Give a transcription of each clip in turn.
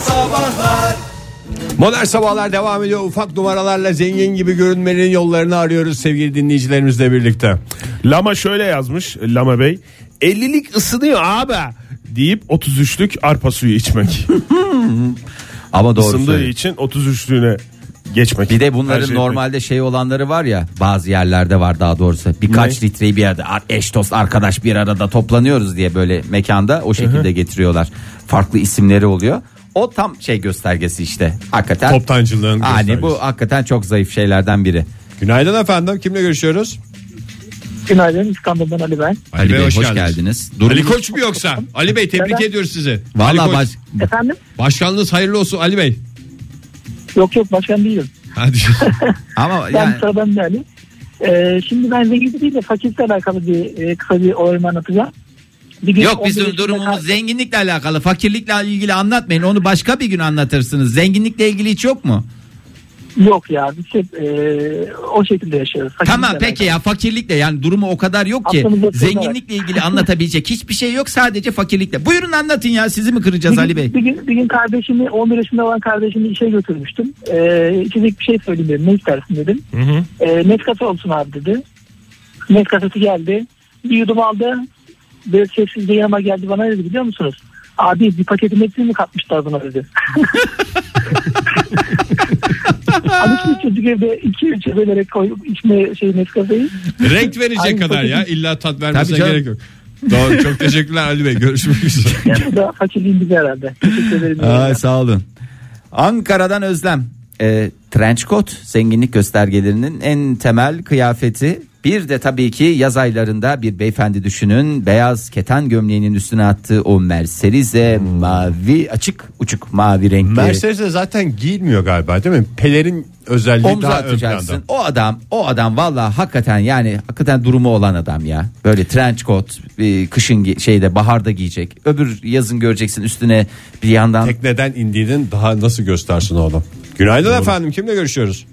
Sabahlar Modern Sabahlar devam ediyor. Ufak numaralarla zengin gibi görünmenin yollarını arıyoruz sevgili dinleyicilerimizle birlikte. Lama şöyle yazmış Lama Bey. 50'lik ısınıyor abi deyip 33'lük arpa suyu içmek. Ama doğru Isındığı söylüyor. için 33'lüğüne geçmek. Bir de bunların Her şey normalde şey olanları var ya bazı yerlerde var daha doğrusu birkaç litreyi bir yerde ar- eş dost arkadaş bir arada toplanıyoruz diye böyle mekanda o şekilde getiriyorlar. Farklı isimleri oluyor. O tam şey göstergesi işte. Hakikaten. Toptancılığın Hani göstergesi. bu hakikaten çok zayıf şeylerden biri. Günaydın efendim. Kimle görüşüyoruz? Günaydın İstanbul'dan Ali ben. Ali, Bey, hoş, geldiniz. Durumunuz- Ali Koç mu yoksa? Ali Bey tebrik Neden? ediyoruz sizi. Vallahi Ali Koç, baş- Efendim? başkanlığınız hayırlı olsun Ali Bey. Yok yok başkan değilim. Hadi. ama Ben yani sıradan bir Ali. Ee, şimdi ben zenginlik değil de fakirlikle alakalı bir e, kısa bir olayımı anlatacağım. Bir şey gün Yok 11 bizim yaşında durumumuz kar- zenginlikle alakalı. Fakirlikle ilgili anlatmayın. Onu başka bir gün anlatırsınız. Zenginlikle ilgili hiç yok mu? Yok ya biz hep e, o şekilde yaşıyoruz. Fakirlikle Tamam peki alakalı. ya fakirlikle yani durumu o kadar yok ki Aklımızda soru zenginlikle ilgili anlatabilecek hiçbir şey yok sadece fakirlikle. Buyurun anlatın ya sizi mi kıracağız Bir Ali gün, Bey? bir gün, bir gün kardeşimi 11 yaşında olan kardeşimi işe götürmüştüm. Ee, içecek bir şey söyleyeyim dedim. Ne istersin dedim. Ee, Nescafe olsun abi dedi. Nescafe'si geldi. Bir yudum aldı. Böyle sessiz bir yanıma geldi bana dedi biliyor musunuz? Abi bir paketin hepsini mi katmışlar buna dedi. Abi şu çocuk evde iki üç bölerek koyup içme şey Nescafe'yi. Renk verecek Aynı kadar tabii. ya. İlla tat vermesine Tabii canım. gerek yok. Doğru. Çok teşekkürler Ali Bey. Görüşmek üzere. Yani bu da fakirliğin bizi herhalde. Teşekkür ederim. sağ olun. Ankara'dan Özlem. E, trench coat zenginlik göstergelerinin en temel kıyafeti. Bir de tabii ki yaz aylarında bir beyefendi düşünün beyaz keten gömleğinin üstüne attığı o Mercedes'e mavi açık uçuk mavi renkli. Mercedes'e zaten giyilmiyor galiba değil mi? Pelerin özelliği Omza daha ön planda. atacaksın. O adam o adam valla hakikaten yani hakikaten durumu olan adam ya. Böyle trench coat e, kışın gi- şeyde baharda giyecek. Öbür yazın göreceksin üstüne bir yandan Tekneden indiğinin daha nasıl göstersin oğlum? Günaydın efendim. Kimle görüşüyoruz?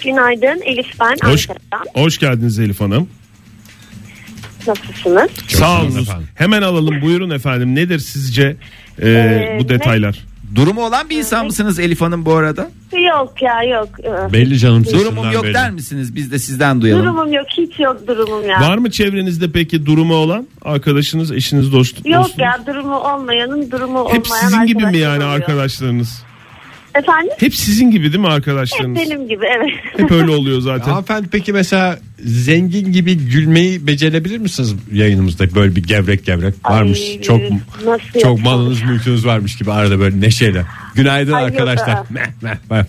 Günaydın Elif ben Hoş, Ankara'dan. hoş geldiniz Elif Hanım. Nasılsınız? Sağ olun olun. efendim. Hemen alalım buyurun efendim. Nedir sizce e, Ee, bu detaylar? durumu olan bir insan mısınız Elif Hanım bu arada? Yok ya yok. Ee, Belli canım. Durumum yok der misiniz? Biz de sizden duyalım. Durumum yok hiç yok durumum ya. Var mı çevrenizde peki durumu olan arkadaşınız, eşiniz, dost, Yok dostunuz? ya durumu olmayanın durumu olmayan Hep sizin gibi mi yani arkadaşım oluyor. arkadaşlarınız? Efendim? Hep sizin gibi değil mi Hep arkadaşlarınız? benim gibi evet. Hep öyle oluyor zaten. E, Hanımefendi peki mesela zengin gibi gülmeyi becerebilir misiniz yayınımızda böyle bir gevrek gevrek varmış Ay, çok nasıl çok yapalım? malınız mülkünüz varmış gibi arada böyle neşeyle. Günaydın Ay, yok, arkadaşlar. aa. Meh, meh, meh.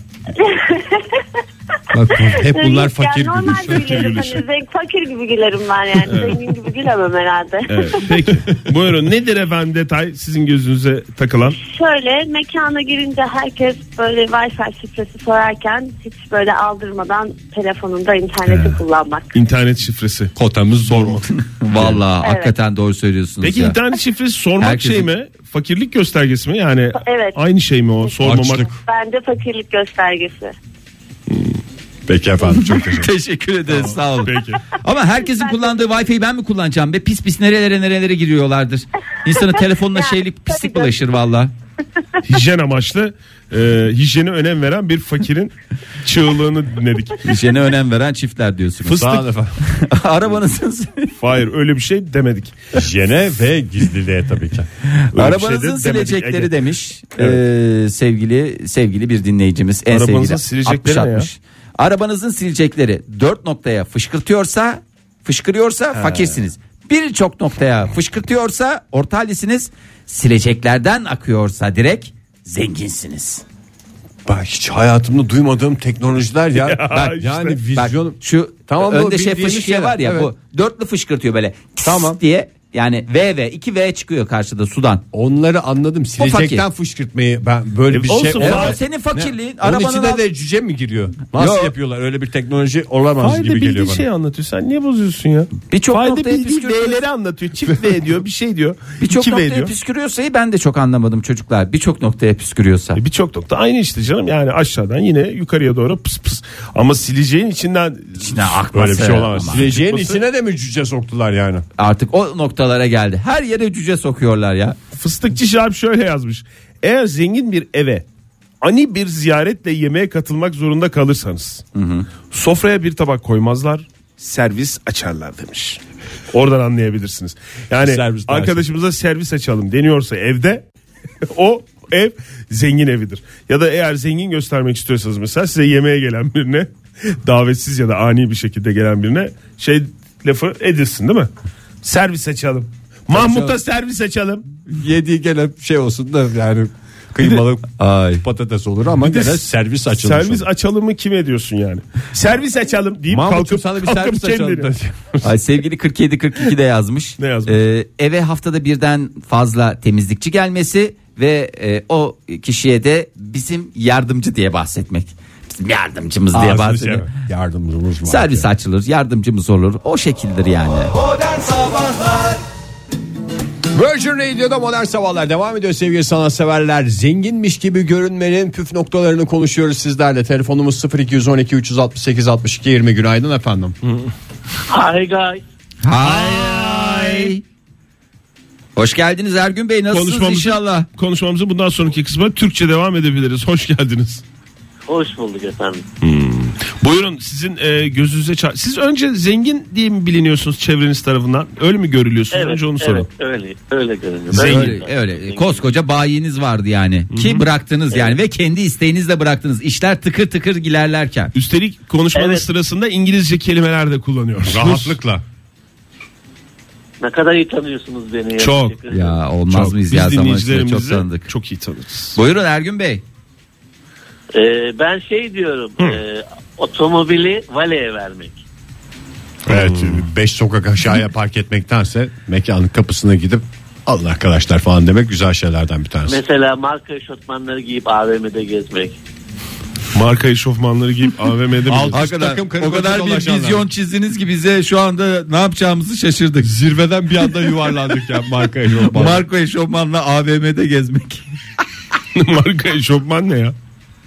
Bak, hep bunlar Yani fakir normal gülüşü. gülerim. Hani zen- fakir gibi gülerim ben yani. Zengin gibi gülemem herhalde. Evet, peki. Buyurun nedir efendim detay sizin gözünüze takılan? Şöyle mekana girince herkes böyle Wi-Fi şifresi sorarken hiç böyle aldırmadan telefonunda interneti kullanmak. İnternet şifresi. Kotamız zor mu? Valla Evet. hakikaten doğru söylüyorsunuz Peki ya. internet şifresi sormak Herkesin- şey mi? Fakirlik göstergesi mi? Yani Evet. aynı şey mi o? Sormamak. Açlık. Bende fakirlik göstergesi. Peki efendim çok teşekkür ederim. Teşekkür ederiz sağ olun. Peki. Ama herkesin kullandığı Wi-Fi'yi ben mi kullanacağım be? Pis pis nerelere nerelere giriyorlardır. İnsanın telefonuna Yani, şeylik tabii pislik canım. bulaşır valla. Hijyen amaçlı e, hijyene önem veren bir fakirin çığlığını dinledik. İşine önem veren çiftler diyorsunuz. Sağ olun efendim. Arabanızın Hayır öyle bir şey demedik. Jene ve gizliliğe tabii ki. Öyle bir şey de Arabanızın demedik silecekleri Ege. demiş ee, sevgili sevgili bir dinleyicimiz en Arabanızın sevgili silecekleri 60 ne ya? 60. Arabanızın silecekleri 4 noktaya fışkırtıyorsa fışkırıyorsa fakirsiniz. Birçok noktaya fışkırtıyorsa orta halisiniz. Sileceklerden akıyorsa direkt zenginsiniz. Ben hiç hayatımda duymadığım teknolojiler ya. Bak, işte. yani Bak vizyon şu Tamam, bu önde şey bildiğimiz fışkıya şeyler. var ya Evet. bu dörtlü fışkırtıyor böyle. Tamam. Tamam. diye yani VV 2V çıkıyor karşıda sudan. Onları anladım. Silecekten fakir. fışkırtmayı ben böyle bir E, olsun, şey. Evet. E, o olamaz. senin fakirliğin Onun arabanın içinde alt- de cüce mi giriyor? Nasıl Yok. yapıyorlar? Öyle bir teknoloji olamaz Fayda gibi bildiği geliyor bana. şey anlatıyor. Sen niye bozuyorsun ya? Birçok Fayda noktaya bildiği püskürtüyor. V'leri anlatıyor. Çift V diyor bir şey diyor. Birçok İki V noktaya diyor. püskürüyorsa iyi, ben de çok anlamadım çocuklar. Birçok noktaya püskürüyorsa. E Birçok nokta aynı işte canım. Yani aşağıdan yine yukarıya doğru pıs pıs. Ama sileceğin içinden İçine akması Böyle bir şey olamaz. ama. Sileceğin içine de mi cüce soktular yani? Artık o noktalara geldi. Her yere cüce sokuyorlar ya. Fıstıkçı Şahap şöyle yazmış. Eğer zengin bir eve ani bir ziyaretle yemeğe katılmak zorunda kalırsanız sofraya bir tabak koymazlar servis açarlar demiş. Oradan anlayabilirsiniz. Yani Servis daha arkadaşımıza servis açalım deniyorsa evde o ev zengin evidir. Ya da eğer zengin göstermek istiyorsanız mesela size yemeğe gelen birine davetsiz ya da ani bir şekilde gelen birine şey lafı edilsin değil mi? Servis açalım. Mahmut'a canım. servis açalım. Yediği gene şey olsun da yani kıymalı Ay. patates olur ama gene servis açılmış. Servis olur. açalımı kim ediyorsun yani? Servis açalım deyip Mahmut'um kalkıp, sana bir kalkıp servis açalım kendini. da. Ay sevgili 47 42 de yazmış. Ne yazmış? Ee, eve haftada birden fazla temizlikçi gelmesi ve e, o kişiye de bizim yardımcı diye bahsetmek. Bizim yardımcımız diye Ağzını bahsetmek. şey- Yardımcımız var. Servis açılır, yardımcımız olur. O şekildir yani. Virgin Radio'da modern sabahlar devam ediyor sevgili sanatseverler. Zenginmiş gibi görünmenin püf noktalarını konuşuyoruz sizlerle. Telefonumuz 0212 368 62 20 günaydın efendim. Hi guys. Hay. Hoş geldiniz Ergün Bey. Nasılsınız Konuşmamızı- inşallah? Konuşmamızı bundan sonraki kısma Türkçe devam edebiliriz. Hoş geldiniz. Hmm. Hoş bulduk efendim. Buyurun sizin e, gözünüze çar- Siz önce zengin diye mi biliniyorsunuz çevreniz tarafından? Öyle mi görülüyorsunuz? Evet, önce onu evet, soralım. öyle, öyle görünüyor. Zengin. E, Ben- Öyle, öyle. Koskoca bayiniz vardı yani. Ki bıraktınız yani ve kendi isteğinizle bıraktınız. İşler tıkır tıkır ilerlerken. Üstelik konuşmanın Evet. sırasında İngilizce kelimeler de kullanıyoruz. Rahatlıkla. Ne kadar iyi tanıyorsunuz beni. ya. Çok. Teşekkür ederim. Ya Çok. olmaz mıyız Biz ya zaman içinde dinleyicilerimizi çok tanıdık. çok iyi tanırız. Buyurun Ergün Bey. Ee, ben şey diyorum. e, otomobili valeye vermek. Evet Hmm. 5 sokak aşağıya park etmektense mekanın kapısına gidip alın arkadaşlar falan demek güzel şeylerden bir tanesi. Mesela marka eşofmanları giyip AVM'de gezmek. Marka eşofmanları giyip AVM'de Alt- mi? Üst takım karikatür dolaşanlar. çizdiniz ki bize şu anda ne yapacağımızı şaşırdık. Zirveden bir anda yuvarlandık ya marka Marco Eşofman'la AVM'de gezmek. Marka eşofman ne ya?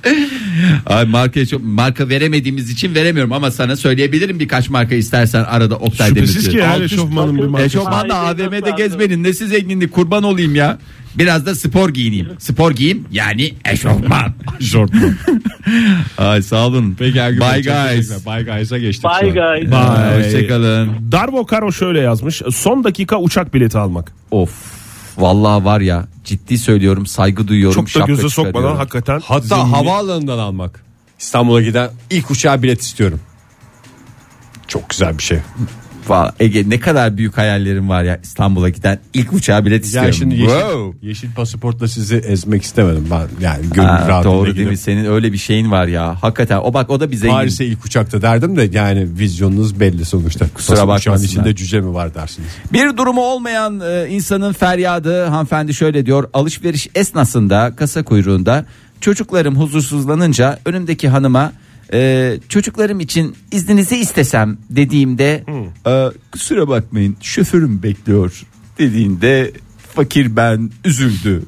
Ay marka Eşof- marka veremediğimiz için veremiyorum ama sana söyleyebilirim birkaç marka istersen arada Oktay Şüphesiz Demirci. ki her Altı- eşofmanın bir markası. Eşofmanla Ay, AVM'de çok gezmenin nesi zenginlik kurban olayım ya. Biraz da spor giyineyim. Spor giyeyim yani eşofman. Jortman. Ay sağ olun. Peki Ergün Bey, Bye çok guys. teşekkürler. Bye guys'a geçtik. Bye Ay, guys. Bye. Hoşçakalın. Darbo Karo şöyle yazmış. Son dakika uçak bileti almak. Of. Vallahi var ya ciddi söylüyorum saygı duyuyorum. Çok da şapka göze çıkarıyorum. sokmadan hakikaten. Hatta zengin- havaalanından almak. İstanbul'a giden ilk uçağa bilet istiyorum. Çok güzel bir şey. Vallahi Ege ne kadar büyük hayallerim var ya İstanbul'a giden ilk uçağa bilet istiyorum. Yani şimdi yeşil, Wow. yeşil pasaportla sizi ezmedim istemedim ben. Yani gönül Ha, rahatlığıyla doğru değil gidip mi senin öyle bir şeyin var ya hakikaten o bak o da bir zengin. Paris'e ilk uçakta derdim de yani vizyonunuz belli sonuçta. Kusura bakmasın. bakmasınlar. içinde cüce mi var dersiniz. Bir durumu olmayan e, insanın feryadı hanımefendi şöyle diyor alışveriş esnasında kasa kuyruğunda çocuklarım huzursuzlanınca önümdeki hanıma e, çocuklarım için izninizi istesem dediğimde Hmm. "E, kusura bakmayın şoförüm bekliyor dediğinde fakir ben üzüldü.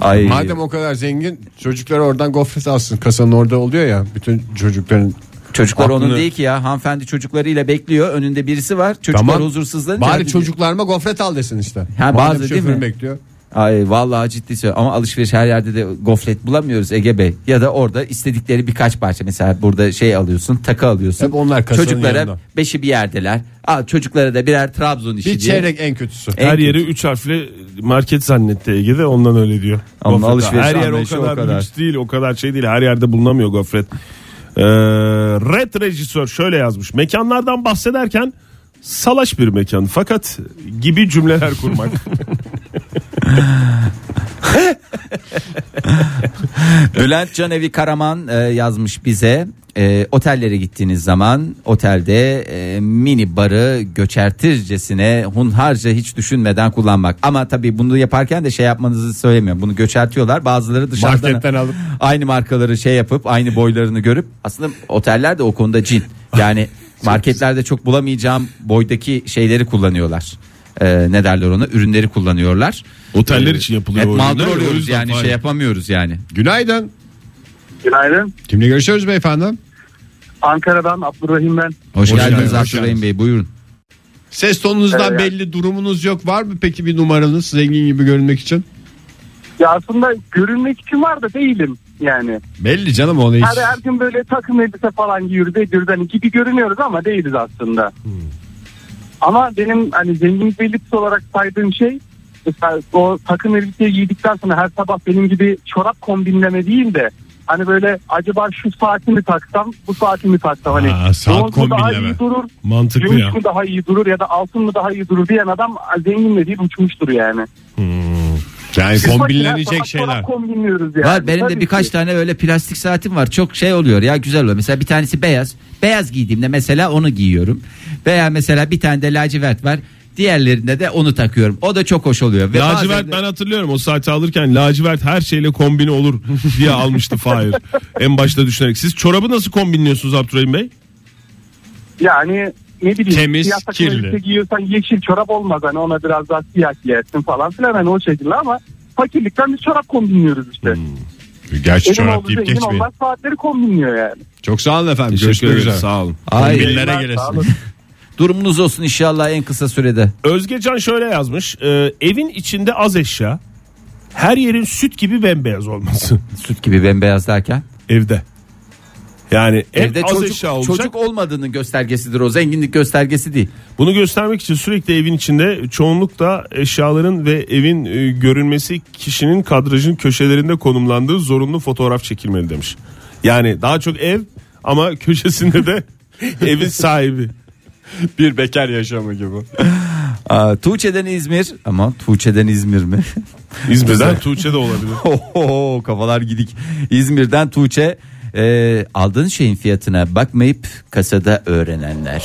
Ay, Madem o kadar zengin çocuklar oradan gofret alsın. Kasanın orada oluyor ya bütün çocukların. çocuklar onun aklını- değil ki ya hanımefendi çocuklarıyla bekliyor önünde birisi var çocuklar Tamam. huzursuzlanınca Bari hadi- çocuklarıma gofret al desin işte. Madem bazı değil şoförü mi? bekliyor. Ay vallahi ciddi söylüyorum ama alışveriş her yerde de gofret bulamıyoruz Ege Bey. Ya da orada istedikleri birkaç parça mesela burada şey alıyorsun takı alıyorsun. Hep onlar kasanın Çocuklara yanında. beşi bir yerdeler. Aa, çocuklara da birer Trabzon işi Bir diye. çeyrek en kötüsü. En Her kötü. yeri 3 harfli market zannetti Ege'de ondan öyle diyor. Ama Gofret. alışveriş Her yer o anlayışı o kadar, kadar. lüks değil o kadar şey değil her yerde bulunamıyor gofret. Ee, Red rejisör şöyle yazmış mekanlardan bahsederken salaş bir mekan fakat gibi cümleler kurmak. Bülent Canevi Karaman e, yazmış bize. E, otellere gittiğiniz zaman otelde e, mini barı göçertircesine hunharca hiç düşünmeden kullanmak. Ama tabii bunu yaparken de şey yapmanızı söylemiyorum. Bunu göçertiyorlar. Bazıları dışarıdan Marketten alıp. aynı markaları şey yapıp aynı boylarını görüp aslında oteller de o konuda cin. Yani marketlerde çok bulamayacağım boydaki şeyleri kullanıyorlar. E, ne derler ona? Ürünleri kullanıyorlar. Ee, Oteller için yapılıyor Hep o ürünler mağdur ya, o oluyoruz yüzden yani fayda. şey yapamıyoruz yani. Günaydın. Günaydın. Kimle görüşüyoruz beyefendi? Ankara'dan Abdurrahim ben. Hoş, Hoş geldiniz geldiniz. Abdurrahim Bey buyurun. Ses tonunuzdan Evet. belli durumunuz yok. Var mı peki bir numaranız zengin gibi görünmek için? Ya aslında görünmek için var da değilim yani. Belli canım onu hiç. Her, her gün böyle takım elbise falan giyiyoruz ediyoruz. Hani gibi görünüyoruz ama değiliz aslında. Hmm. Ama benim hani zenginlik belirtisi olarak saydığım şey mesela o takım elbiseyi giydikten sonra her sabah benim gibi çorap kombinleme değil de hani böyle acaba şu saati mi taksam bu saati mi taksam hani Aa, saat bronz mu daha kombinleme. iyi durur Mantıklı ya. gümüş mü daha iyi durur ya da altın mı daha iyi durur diyen adam zengin mi deyip uçmuştur yani. Yani Biz kombinlenecek makine, şeyler. sabah kombinliyoruz yani. Var benim de Tabii birkaç ki. tane öyle plastik saatim var. Çok şey oluyor ya güzel oluyor. Mesela bir tanesi beyaz. Beyaz giydiğimde mesela onu giyiyorum. Veya mesela bir tane de lacivert var. Diğerlerinde de onu takıyorum. O da çok hoş oluyor. Ve bazen Lacivert de- ben hatırlıyorum o saati alırken lacivert her şeyle kombine olur diye almıştı Fahir. en başta düşünerek. Siz çorabı nasıl kombinliyorsunuz Abdurrahim Bey? Yani ne bileyim Temiz, siyah takım kirli. elbise giyiyorsan yeşil çorap olmaz hani ona biraz daha siyah giyersin falan filan hani o şekilde ama fakirlikten biz çorap kombinliyoruz işte. Gerçi Elim Hmm, çorap olduğu deyip zengin geçmeyin. olmaz saatleri kombinliyor yani. Çok sağ olun efendim. Teşekkür Görüşmek ederim, üzere. Sağ olın. Ay, Kombinlere Eyvallah, sağ gelesin. olun. durumunuz olsun inşallah en kısa sürede. Özgecan şöyle yazmış. e, evin içinde az eşya. Her yerin süt gibi bembeyaz olması Süt gibi bembeyaz derken. evde. Yani Evde en az çocuk, eşya olacak. çocuk olmadığının göstergesidir o zenginlik göstergesi değil. Bunu göstermek için sürekli evin içinde çoğunlukla eşyaların ve evin e, görünmesi kişinin kadrajın köşelerinde konumlandığı zorunlu fotoğraf çekilmeli demiş. Yani daha çok ev ama köşesinde de evin sahibi. Bir bekar yaşamı gibi. Aa, Tuğçe'den İzmir ama Tuğçe'den İzmir mi? İzmir'den Tuğçe de olabilir. Oho, kafalar gidik. İzmir'den Tuğçe e, aldığın şeyin fiyatına bakmayıp kasada öğrenenler.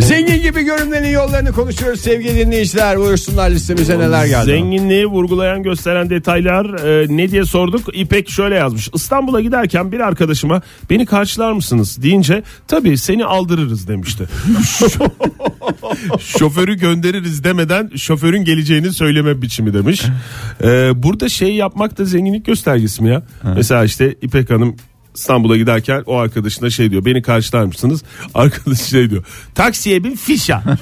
Zengin gibi görünmenin yollarını konuşuyoruz sevgili dinleyiciler. Buyursunlar listemize neler geldi. Zenginliği vurgulayan gösteren detaylar e, ne diye sorduk. İpek şöyle yazmış. İstanbul'a giderken bir arkadaşıma beni karşılar mısınız deyince tabii seni aldırırız demişti. Şoförü göndeririz demeden şoförün geleceğini söyleme biçimi demiş. E, burada şey yapmak da zenginlik göstergesi mi ya? Mesela işte İpek Hanım İstanbul'a giderken o arkadaşına şey diyor beni karşılar mısınız? Arkadaş şey diyor taksiye bin fişa.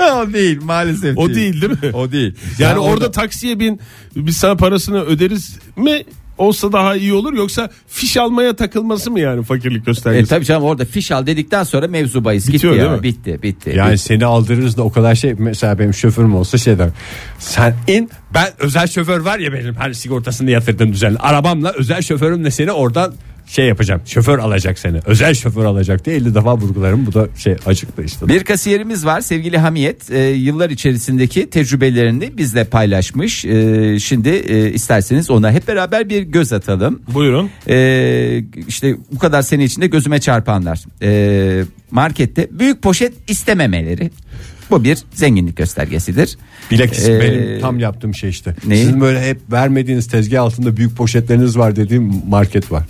o değil maalesef. O değil değil mi? O değil. Yani orada, taksiye bin biz sana parasını öderiz mi olsa daha iyi olur yoksa fiş almaya takılması mı yani fakirlik E, göstergesi? tabii canım orada fiş al dedikten sonra mevzu bahis gitti Bitiyor, ya. değil mi? Bitti bitti. E, Yani bitti. seni aldırırız da o kadar şey mesela benim şoförüm olsa şey derim. Sen in ben özel şoför var ya benim hani sigortasını yatırdım düzenli. Arabamla özel şoförümle seni oradan şey yapacağım. Şoför alacak seni. Özel şoför alacak diye 50 defa vurgularım. Bu da şey acıktı işte. Bir kasiyerimiz var sevgili Hamiyet E, yıllar içerisindeki tecrübelerini bizle paylaşmış. E, şimdi e, isterseniz ona hep beraber bir göz atalım. Buyurun. Ee, işte bu kadar sene içinde gözüme çarpanlar. Ee, markette büyük poşet istememeleri. Bu bir zenginlik göstergesidir. Bilakis Ee, benim tam yaptığım şey işte. neyi? Sizin böyle hep vermediğiniz tezgah altında büyük poşetleriniz var dediğim market var.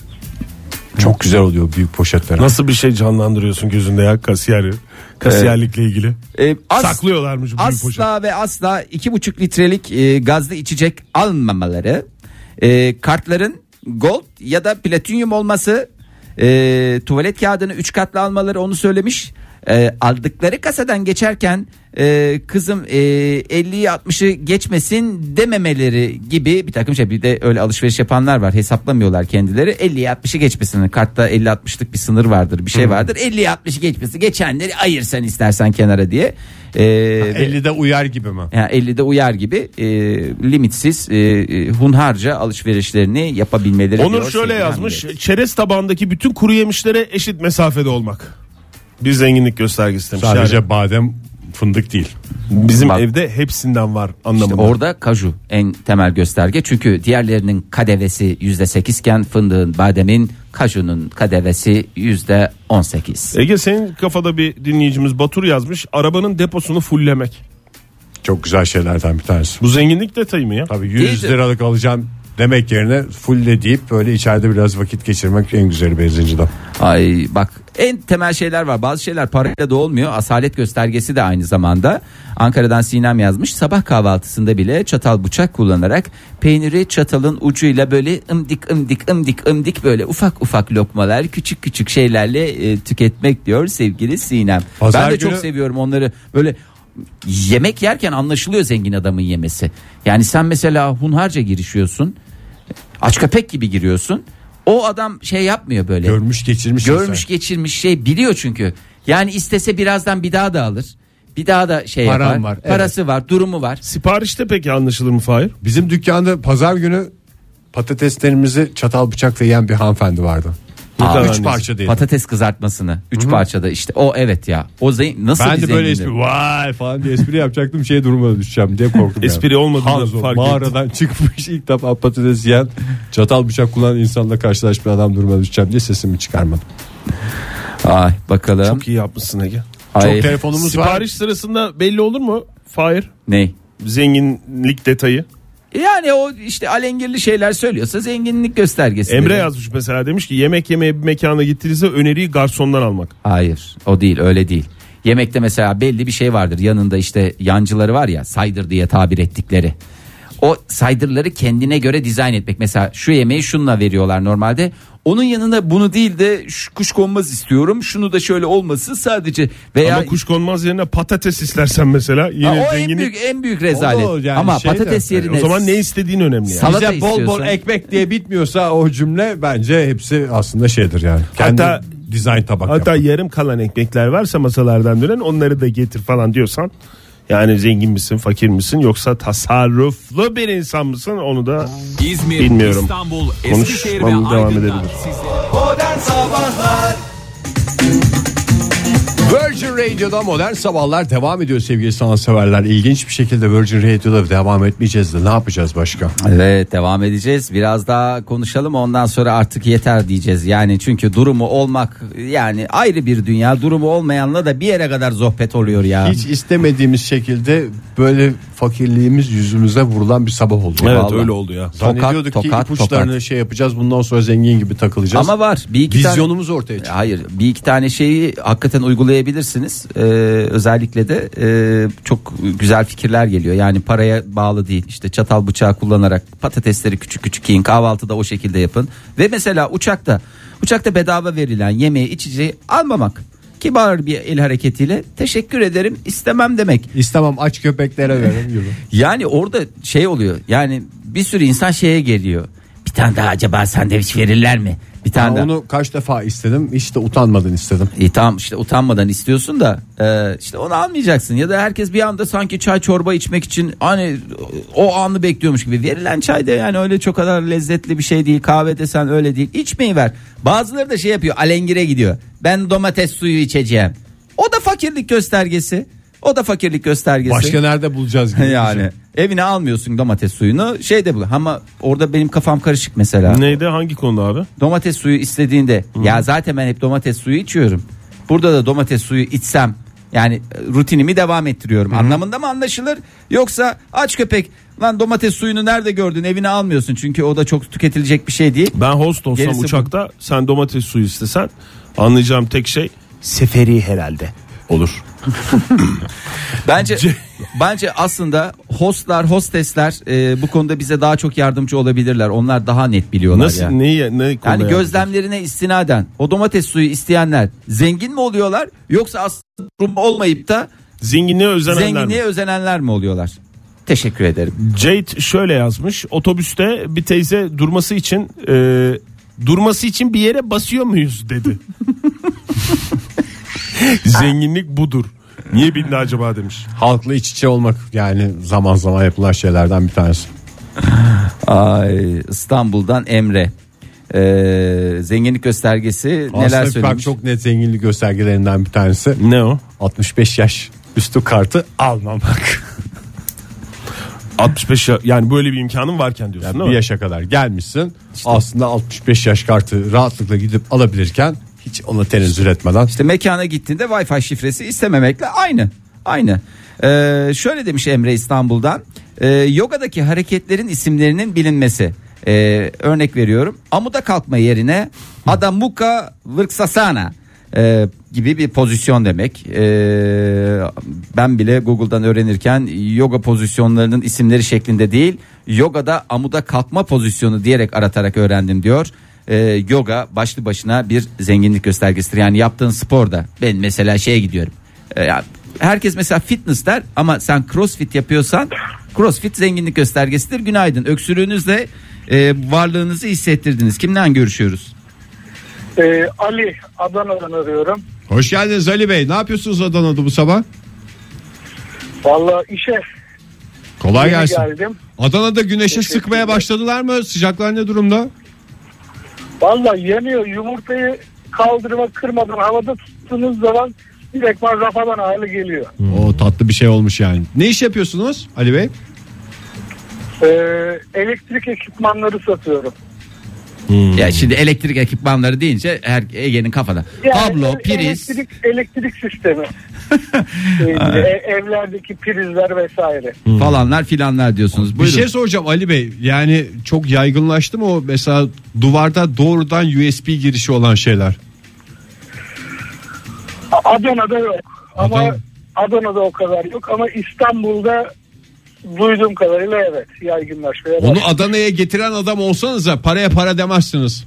Çok güzel oluyor büyük poşetler. Nasıl bir şey canlandırıyorsun gözünde ya kasiyer, kasiyerlikle ilgili? e, as- Saklıyorlarmış büyük asla poşet. ve asla iki buçuk litrelik e, gazlı içecek almamaları. E, kartların gold ya da platinyum olması. E, tuvalet kağıdını üç katlı almaları onu söylemiş. E, aldıkları kasadan geçerken e, kızım e, 50'yi 60'ı geçmesin dememeleri gibi bir takım şey bir de öyle alışveriş yapanlar var hesaplamıyorlar kendileri 50'yi 60'ı geçmesin kartta 50-60'lık bir sınır vardır bir şey vardır 50'yi 60'ı geçmesi geçenleri ayır sen istersen kenara diye E, ve- 50'de uyar gibi mi? yani 50'de uyar gibi e, limitsiz e, e, hunharca alışverişlerini yapabilmeleri. diyor Onur şöyle sevgili yazmış. Hamiyet. Çerez tabağındaki bütün kuru yemişlere eşit mesafede olmak. Bir zenginlik göstergesi demiş. Sadece Yani badem fındık değil. bizim Bak. evde hepsinden var İşte anlamında. orada kaju en temel gösterge. Çünkü diğerlerinin kadevesi %8 iken fındığın, bademin, kajunun kadevesi %18. Ege senin kafada bir dinleyicimiz Batur yazmış. Arabanın deposunu fullemek. Çok güzel şeylerden bir tanesi. Bu zenginlik detayı mı ya? Tabii Değil 100 de- liralık alacağım E, demek yerine full de deyip böyle içeride biraz vakit geçirmek en güzeli benzinciden. Ay bak en temel şeyler var. Bazı şeyler parayla da olmuyor. Asalet göstergesi de aynı zamanda. Ankara'dan Sinem yazmış. Sabah kahvaltısında bile çatal bıçak kullanarak peyniri çatalın ucuyla böyle ımdik ımdik ımdik ımdik böyle ufak ufak lokmalar küçük küçük şeylerle e, tüketmek diyor sevgili Sinem. Pazar ben de günü- çok seviyorum onları böyle yemek yerken anlaşılıyor zengin adamın yemesi. Yani sen mesela hunharca girişiyorsun. Aç köpek gibi giriyorsun. O adam şey yapmıyor böyle. Görmüş geçirmiş. Görmüş insan. geçirmiş şey biliyor çünkü. Yani istese birazdan bir daha da alır. Bir daha da şey Param yapar. var, evet. Parası var, durumu var. Siparişte peki anlaşılır mı Fahir? Bizim dükkanda pazar günü patateslerimizi çatal bıçakla yiyen bir hanımefendi vardı. Ne kadar üç annesi? parça değil. Patates kızartmasını üç parçada işte. O evet ya. O zengin nasıl ben bir de böyle zengindi? espri vay falan diye espri yapacaktım şeye durumuna düşeceğim diye korktum. Espri yani. olmadığını Hanzo, fark ettim. Mağaradan çıkmış ilk defa patates yiyen çatal bıçak kullanan insanla karşılaşmış adam durumuna düşeceğim diye sesimi çıkarmadım. Ay bakalım. Çok iyi yapmışsın Ege. Ay, Telefonumuz var. Sipariş sırasında belli olur mu Fahir? ne? Zenginlik detayı. Yani o işte alengirli şeyler söylüyorsa zenginlik göstergesi. Emre dedi. yazmış mesela demiş ki yemek yemeye bir mekana gittiğinizde öneriyi garsondan almak. Hayır o değil öyle değil. Yemekte mesela belli bir şey vardır yanında işte yancıları var ya saydır diye tabir ettikleri. O saydırları kendine göre dizayn etmek. Mesela şu yemeği şununla veriyorlar normalde. Onun yanına bunu değil de şu kuşkonmaz istiyorum. Şunu da şöyle olması sadece veya Ama kuşkonmaz yerine patates istersen mesela Ha, yine o en zenginlik. büyük en büyük rezalet. O da yani Ama şey de- patates yani o yerine O zaman ne istediğin önemli yani. Salata Bize bol bol istiyorsan. ekmek diye bitmiyorsa o cümle bence hepsi aslında şeydir yani. Kendi Hatta- dizayn tabak Hatta yapmak. yarım kalan ekmekler varsa masalardan dönen onları da getir falan diyorsan yani zengin misin, fakir misin yoksa tasarruflu bir insan mısın onu da İzmir, Bilmiyorum. İstanbul, Eskişehir ve konuşmam devam Aydın'da edebilir. sizlere Virgin Radio'da modern sabahlar devam ediyor sevgili sanatseverler. İlginç bir şekilde Virgin Radio'da devam etmeyeceğiz de ne yapacağız başka? Evet devam edeceğiz. Biraz daha konuşalım ondan sonra artık yeter diyeceğiz. Yani çünkü durumu olmak yani ayrı bir dünya. Durumu olmayanla da bir yere kadar sohbet oluyor ya. Hiç istemediğimiz şekilde böyle fakirliğimiz yüzümüze vurulan bir sabah oldu. Evet Vallahi. öyle oldu ya. Zannediyorduk Tokat, tokat, ki ipuçlarını tokat. şey yapacağız bundan sonra zengin gibi takılacağız. Ama var bir iki tane- Vizyonumuz ortaya çıktı. E, Hayır bir iki tane şeyi hakikaten uygulayabilirsiniz. Ee, özellikle de e, çok güzel fikirler geliyor. Yani paraya bağlı değil. İşte çatal bıçağı kullanarak patatesleri küçük küçük yiyin. Kahvaltıda o şekilde yapın. Ve mesela uçakta uçakta bedava verilen yemeği içeceği almamak. Kibar bir el hareketiyle teşekkür ederim istemem demek. İstemem aç köpeklere verin gibi. Yani orada şey oluyor. Yani bir sürü insan şeye geliyor. Bir tane daha acaba sandviç verirler mi? Bir Ben tane daha. onu kaç defa istedim hiç de utanmadan istedim. E tamam işte utanmadan istiyorsun da e, işte onu almayacaksın ya da herkes bir anda sanki çay çorba içmek için hani o anı bekliyormuş gibi verilen çay da yani öyle çok kadar lezzetli bir şey değil kahve desen öyle değil içmeyi ver bazıları da şey yapıyor alengire gidiyor ben domates suyu içeceğim o da fakirlik göstergesi o da fakirlik göstergesi Başka nerede bulacağız gibi. yani evine almıyorsun domates suyunu şey de bu ama orada benim kafam karışık mesela Neydi hangi konuda abi? domates suyu istediğinde ya zaten ben hep domates suyu içiyorum. Burada da domates suyu içsem yani e, rutinimi devam ettiriyorum anlamında mı anlaşılır? Yoksa aç köpek lan domates suyunu nerede gördün evine almıyorsun çünkü o da çok tüketilecek bir şey değil. Ben host olsam Gerisi bu. uçakta sen domates suyu istesen anlayacağım tek şey seferi herhalde olur. Bence bence aslında hostlar hostesler e, bu konuda bize daha çok yardımcı olabilirler. Onlar daha net biliyorlar Nasıl ya. neyi ne konuda Yani yani? gözlemlerine istinaden o domates suyu isteyenler zengin mi oluyorlar yoksa aslında durum olmayıp da Zenginliğe özenenler mi? Zenginliğe özenenler mi oluyorlar? Teşekkür ederim. Jade şöyle yazmış. Otobüste bir teyze durması için e, durması için bir yere basıyor muyuz dedi. Zenginlik budur. Niye bindi acaba demiş. Halkla iç içe olmak yani zaman zaman yapılan şeylerden bir tanesi. Ay İstanbul'dan Emre. Ee, zenginlik göstergesi neler Aslında bak söylemiş? çok net zenginlik göstergelerinden bir tanesi. Ne o? 65 yaş üstü kartı almamak. 65 ya- yani böyle bir imkanın varken diyorsun bir değil mi? yaşa kadar gelmişsin. Aslında 65 yaş kartı rahatlıkla gidip alabilirken hiç ona tenezzül etmeden. İşte mekana gittiğinde Wi-Fi şifresi istememekle aynı. Aynı. Ee, şöyle demiş Emre İstanbul'dan. Ee, yogadaki hareketlerin isimlerinin bilinmesi. Ee, örnek veriyorum. Amuda kalkma yerine Adamuka Vrksasana e, gibi bir pozisyon demek. E, ben bile Google'dan öğrenirken yoga pozisyonlarının isimleri şeklinde değil, yogada amuda kalkma pozisyonu diyerek aratarak öğrendim diyor. E, yoga başlı başına bir zenginlik göstergesidir. Yani yaptığın sporda ben mesela şeye gidiyorum. E, ya herkes mesela fitness der ama sen crossfit yapıyorsan crossfit zenginlik göstergesidir. Günaydın. Öksürüğünüzle e, varlığınızı hissettirdiniz. Kimden görüşüyoruz? Ee, Ali Adana'dan arıyorum. Hoş geldiniz Ali Bey. Ne yapıyorsunuz Adana'da bu sabah? Vallahi işe Kolay yeni gelsin. geldim. Adana'da güneşe Teşekkür sıkmaya ederim. başladılar mı? Sıcaklar ne durumda? Vallahi yanıyor yumurtayı kaldırıma kırmadan havada tuttuğunuz zaman direktman rafadan hale geliyor. Hmm. Hmm. O tatlı bir şey olmuş yani. Ne iş yapıyorsunuz Ali Bey? Ee, elektrik ekipmanları satıyorum. Hmm. Ya şimdi elektrik ekipmanları deyince her Ege'nin kafada. Kablo, ele- priz. Elektrik, elektrik sistemi. Ee, e- evlerdeki prizler vesaire. falanlar filanlar diyorsunuz. Bir Buyurun. şey soracağım Ali Bey. Yani çok yaygınlaştı mı o mesela duvarda doğrudan USB girişi olan şeyler? A- Adana'da yok. Ama Adana- Adana'da o kadar yok ama İstanbul'da duyduğum kadarıyla evet yaygınlaşmaya Onu başladı. Adana'ya getiren adam olsanız da paraya para demezsiniz.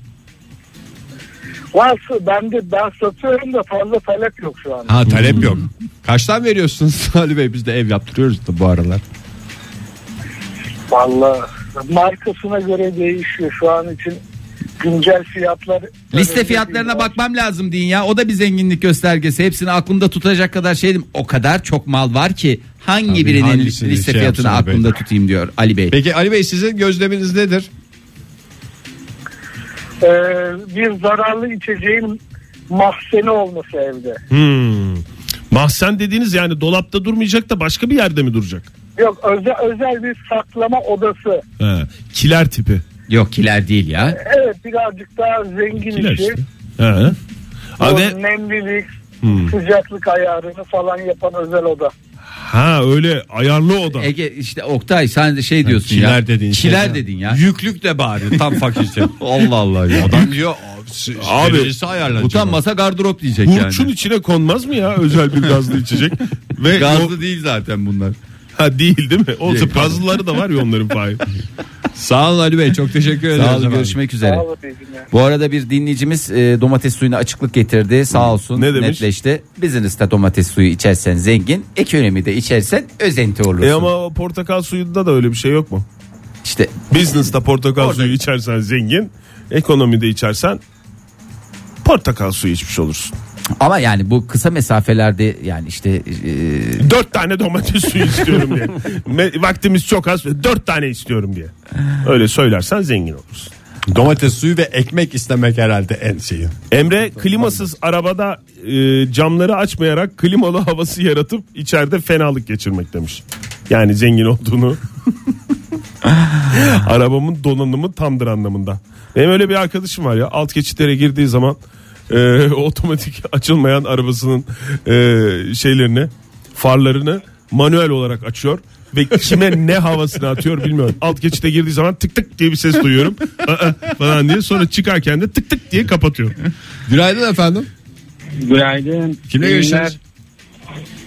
Varsa ben de ben satıyorum da fazla talep yok şu an. Ha talep yok. Kaçtan veriyorsunuz Ali Bey? Biz de ev yaptırıyoruz da bu aralar. Vallahi markasına göre değişiyor şu an için güncel fiyatlar. Liste Önemli fiyatlarına değil. bakmam lazım deyin ya. O da bir zenginlik göstergesi. Hepsini aklımda tutacak kadar şeydim. O kadar çok mal var ki hangi Tabii, birinin hangisini liste şey fiyatını yapsın aklımda beyler? tutayım diyor Ali Bey. Peki Ali Bey sizin gözleminiz nedir? Ee, bir zararlı içeceğin mahzeni olması evde. Hmm. Mahzen dediğiniz yani dolapta durmayacak da başka bir yerde mi duracak? Yok özel, özel bir saklama odası. He, kiler tipi. Yok kiler değil ya. Evet birazcık daha zengin Kiler işi. işte. He. O Ha, ve- nemlilik, Hmm. sıcaklık ayarını falan yapan özel oda. ha öyle ayarlı oda. Ege işte Oktay sen de şey diyorsun kiler ya. dediğin şey kiler ya. dedin ya. Yüklük de bari tam fakirce. Allah Allah ya. Adam diyor Abi, abi ayarlanacak. Utanmasa gardırop diyecek Burçun yani. içine konmaz mı ya özel bir gazlı içecek? Ve Gazlı değil zaten bunlar. Ha değil değil mi? Olsa gazlıları da var ya onların payı. Sağ olun Ali Bey çok teşekkür ederiz. Sağ olun efendim. görüşmek üzere. Sağ olun, iyi günler. Bu arada bir dinleyicimiz e, domates suyuna açıklık getirdi. Sağ olsun Ne demiş? netleşti. Business'ta domates suyu içersen zengin, ekonomi de içersen özenti olursun. e ama o portakal suyunda da öyle bir şey yok mu? İşte Business'ta portakal suyu içersen zengin, ekonomide içersen portakal suyu içmiş olursun. ama yani bu kısa mesafelerde yani işte e, Dört tane domates suyu istiyorum diye. Me- Vaktimiz çok az. Dört tane istiyorum diye. Öyle söylersen zengin olursun. Domates suyu ve ekmek istemek herhalde en şeyi. Emre klimasız arabada e, camları açmayarak klimalı havası yaratıp içeride fenalık geçirmek demiş. Yani zengin olduğunu. Arabamın donanımı tamdır anlamında. Benim öyle bir arkadaşım var ya alt geçitlere girdiği zaman e, otomatik açılmayan arabasının e, şeylerini farlarını manuel olarak açıyor ve kime ne havasını atıyor bilmiyorum. Alt geçite girdiği zaman tık tık diye bir ses duyuyorum Aa, falan diye sonra çıkarken de tık tık diye kapatıyorum. Günaydın efendim. Günaydın. Kimle İyi görüşürüz? günler.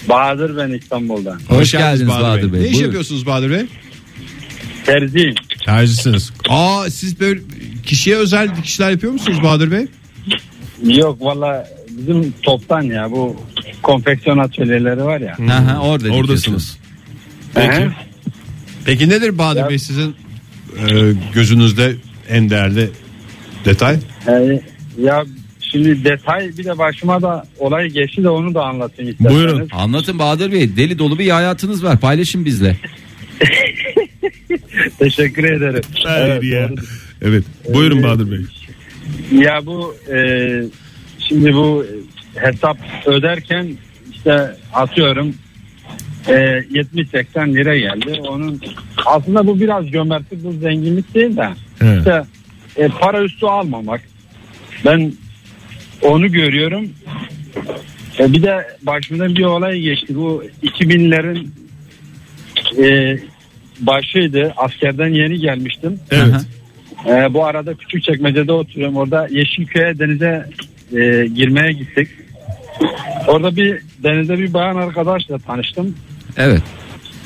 Bahadır ben İstanbul'dan. Hoş geldiniz Bahadır Bey. Ne iş Buyurun. yapıyorsunuz Bahadır Bey? Terziyim. Terzisiniz. Aa siz böyle kişiye özel dikişler yapıyor musunuz Bahadır Bey? Yok valla bizim toptan ya bu konfeksiyon atölyeleri var ya. aha, orada Oradasınız. Hı hı. Peki nedir Bahadır Ya- Bey sizin Ee, e, gözünüzde en değerli detay? Yani E, ya şimdi detay bir de başıma da olay geçti de onu da anlatayım isterseniz. Buyurun. Anlatın Bahadır Bey deli dolu bir hayatınız var paylaşın bizle. Teşekkür ederim. Hayır Evet, ya. doğru. Evet. Buyurun Bahadır Bey. Ya bu e, şimdi bu hesap öderken işte atıyorum e, 70-80 lira geldi. Onun aslında bu biraz cömertlik bu zenginlik değil de He. işte e, para üstü almamak. Ben onu görüyorum. E, bir de başımdan bir olay geçti. Bu 2000'lerin e, başıydı. Askerden yeni gelmiştim. Evet. Aha. Ee, bu arada küçük çekmecede oturuyorum. Orada Yeşilköy'e denize e, girmeye gittik. Orada bir denizde bir bayan arkadaşla tanıştım. Evet.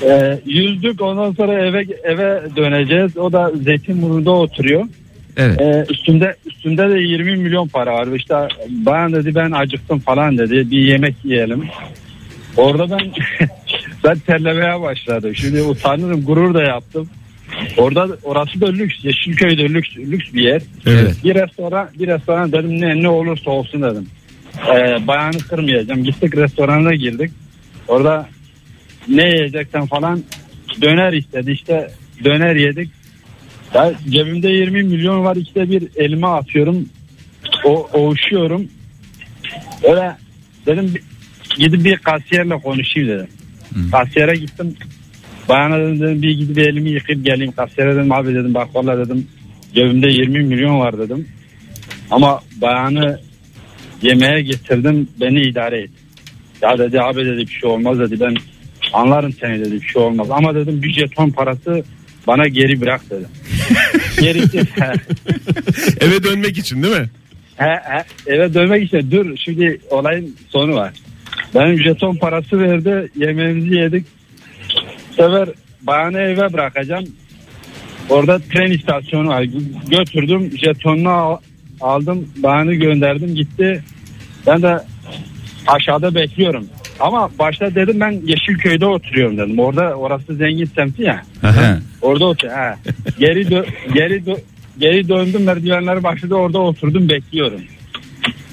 E, yüzdük ondan sonra eve eve döneceğiz. O da Zeytinburnu'nda oturuyor. Evet. E, üstünde üstünde de 20 milyon para var. İşte bayan dedi ben acıktım falan dedi. Bir yemek yiyelim. Orada ben ben terlemeye başladım. Şimdi utanırım gurur da yaptım. Orada orası da lüks. Yeşilköy'de lüks lüks bir yer. Evet. Bir restoran bir restoran dedim ne ne olursa olsun dedim. Ee, bayanı kırmayacağım. Gittik restorana girdik. Orada ne yiyecekten falan döner istedi. İşte döner yedik. Ya cebimde 20 milyon var. İşte bir elime atıyorum. O, oğuşuyorum. Öyle dedim bir- gidip bir kasiyerle konuşayım dedim. Kasiyere gittim. Bayana dedim, dedim bir gidip elimi yıkayıp geleyim. Kasiyere dedim abi dedim bak valla dedim cebimde 20 milyon var dedim. Ama bayanı yemeğe getirdim beni idare et. Ya dedi abi dedi bir şey olmaz dedi ben anlarım seni dedi bir şey olmaz. Ama dedim bir jeton parası bana geri bırak dedim. Gerisi Eve dönmek için değil mi? He, he, eve dönmek için dur şimdi olayın sonu var. Benim jeton parası verdi yemeğimizi yedik. Bu sefer bayanı eve bırakacağım. Orada tren istasyonu var. Gö- Götürdüm jetonunu al- aldım bayanı gönderdim gitti. Ben de aşağıda bekliyorum. Ama başta dedim ben Yeşilköy'de oturuyorum dedim. Orada orası zengin semti ya. Orada otur. Ha. Geri dö- geri dö- geri döndüm merdivenler başladı orada oturdum bekliyorum.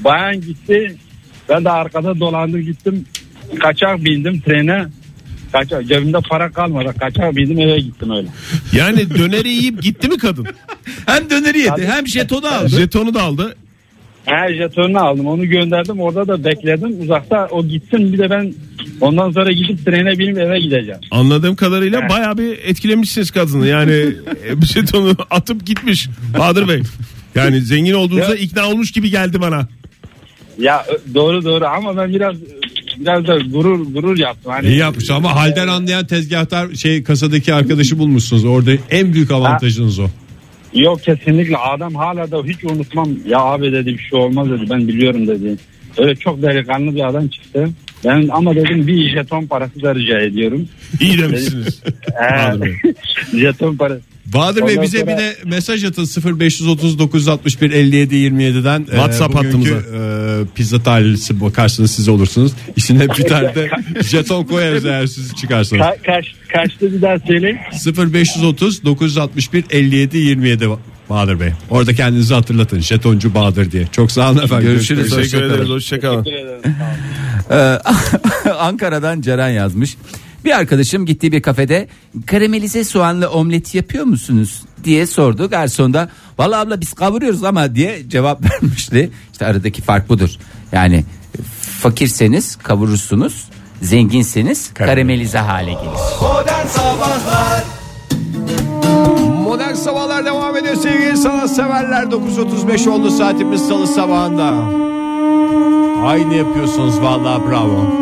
Bayan gitti. Ben de arkada dolandım gittim. Kaçak bindim trene. Kaçak cebimde para kalmadı. Kaçak bindim eve gittim öyle. Yani döneri yiyip gitti mi kadın? Hem döneri yedi hem jetonu aldı. Jetonu da aldı. Her jetonunu aldım onu gönderdim orada da bekledim uzakta o gitsin bir de ben ondan sonra gidip trene binip eve gideceğim. Anladığım kadarıyla bayağı bir etkilemişsiniz kadını. Yani e, bir jetonu atıp gitmiş Bahadır Bey. Yani zengin olduğunuza ikna olmuş gibi geldi bana. Ya ö- doğru doğru ama ben biraz biraz da gurur gurur yaptım. Hani, İyi yapmış ama halden anlayan tezgahtar şey kasadaki arkadaşı bulmuşsunuz. Orada en büyük avantajınız o. Yok kesinlikle adam hala da hiç unutmam. Ya abi dedi bir şey olmaz dedi ben biliyorum dedi. Öyle çok delikanlı bir adam çıktı. Ben ama dedim bir jeton parası da rica ediyorum. İyi demişsiniz. Ee, jeton parası. Bahadır Bey Ondan bize sonra- bir de mesaj atın 0530 961 57 27'den WhatsApp Ee, bugünkü, e, pizza talihlisi bakarsınız siz olursunuz. İçine bir tane de jeton koyarız eğer siz çıkarsanız. Ka- kaç, kaçtı bir daha söyle. 0530 961 57 27 Bahadır Bey. Orada kendinizi hatırlatın. Jetoncu Bahadır diye. Çok sağ olun efendim. Görüşürüz. Teşekkür Hoşçakalın. ederiz. Hoşçakalın. Ee, Ankara'dan Ceren yazmış. Bir arkadaşım gittiği bir kafede karamelize soğanlı omlet yapıyor musunuz diye sordu. Garson da valla abla biz kavuruyoruz ama diye cevap vermişti. İşte aradaki fark budur. Yani fakirseniz kavurursunuz, zenginseniz karamelize hale gelir. Modern Sabahlar devam ediyor sevgili sanatseverler. 9.35 oldu saatimiz salı sabahında. Aynı yapıyorsunuz vallahi bravo.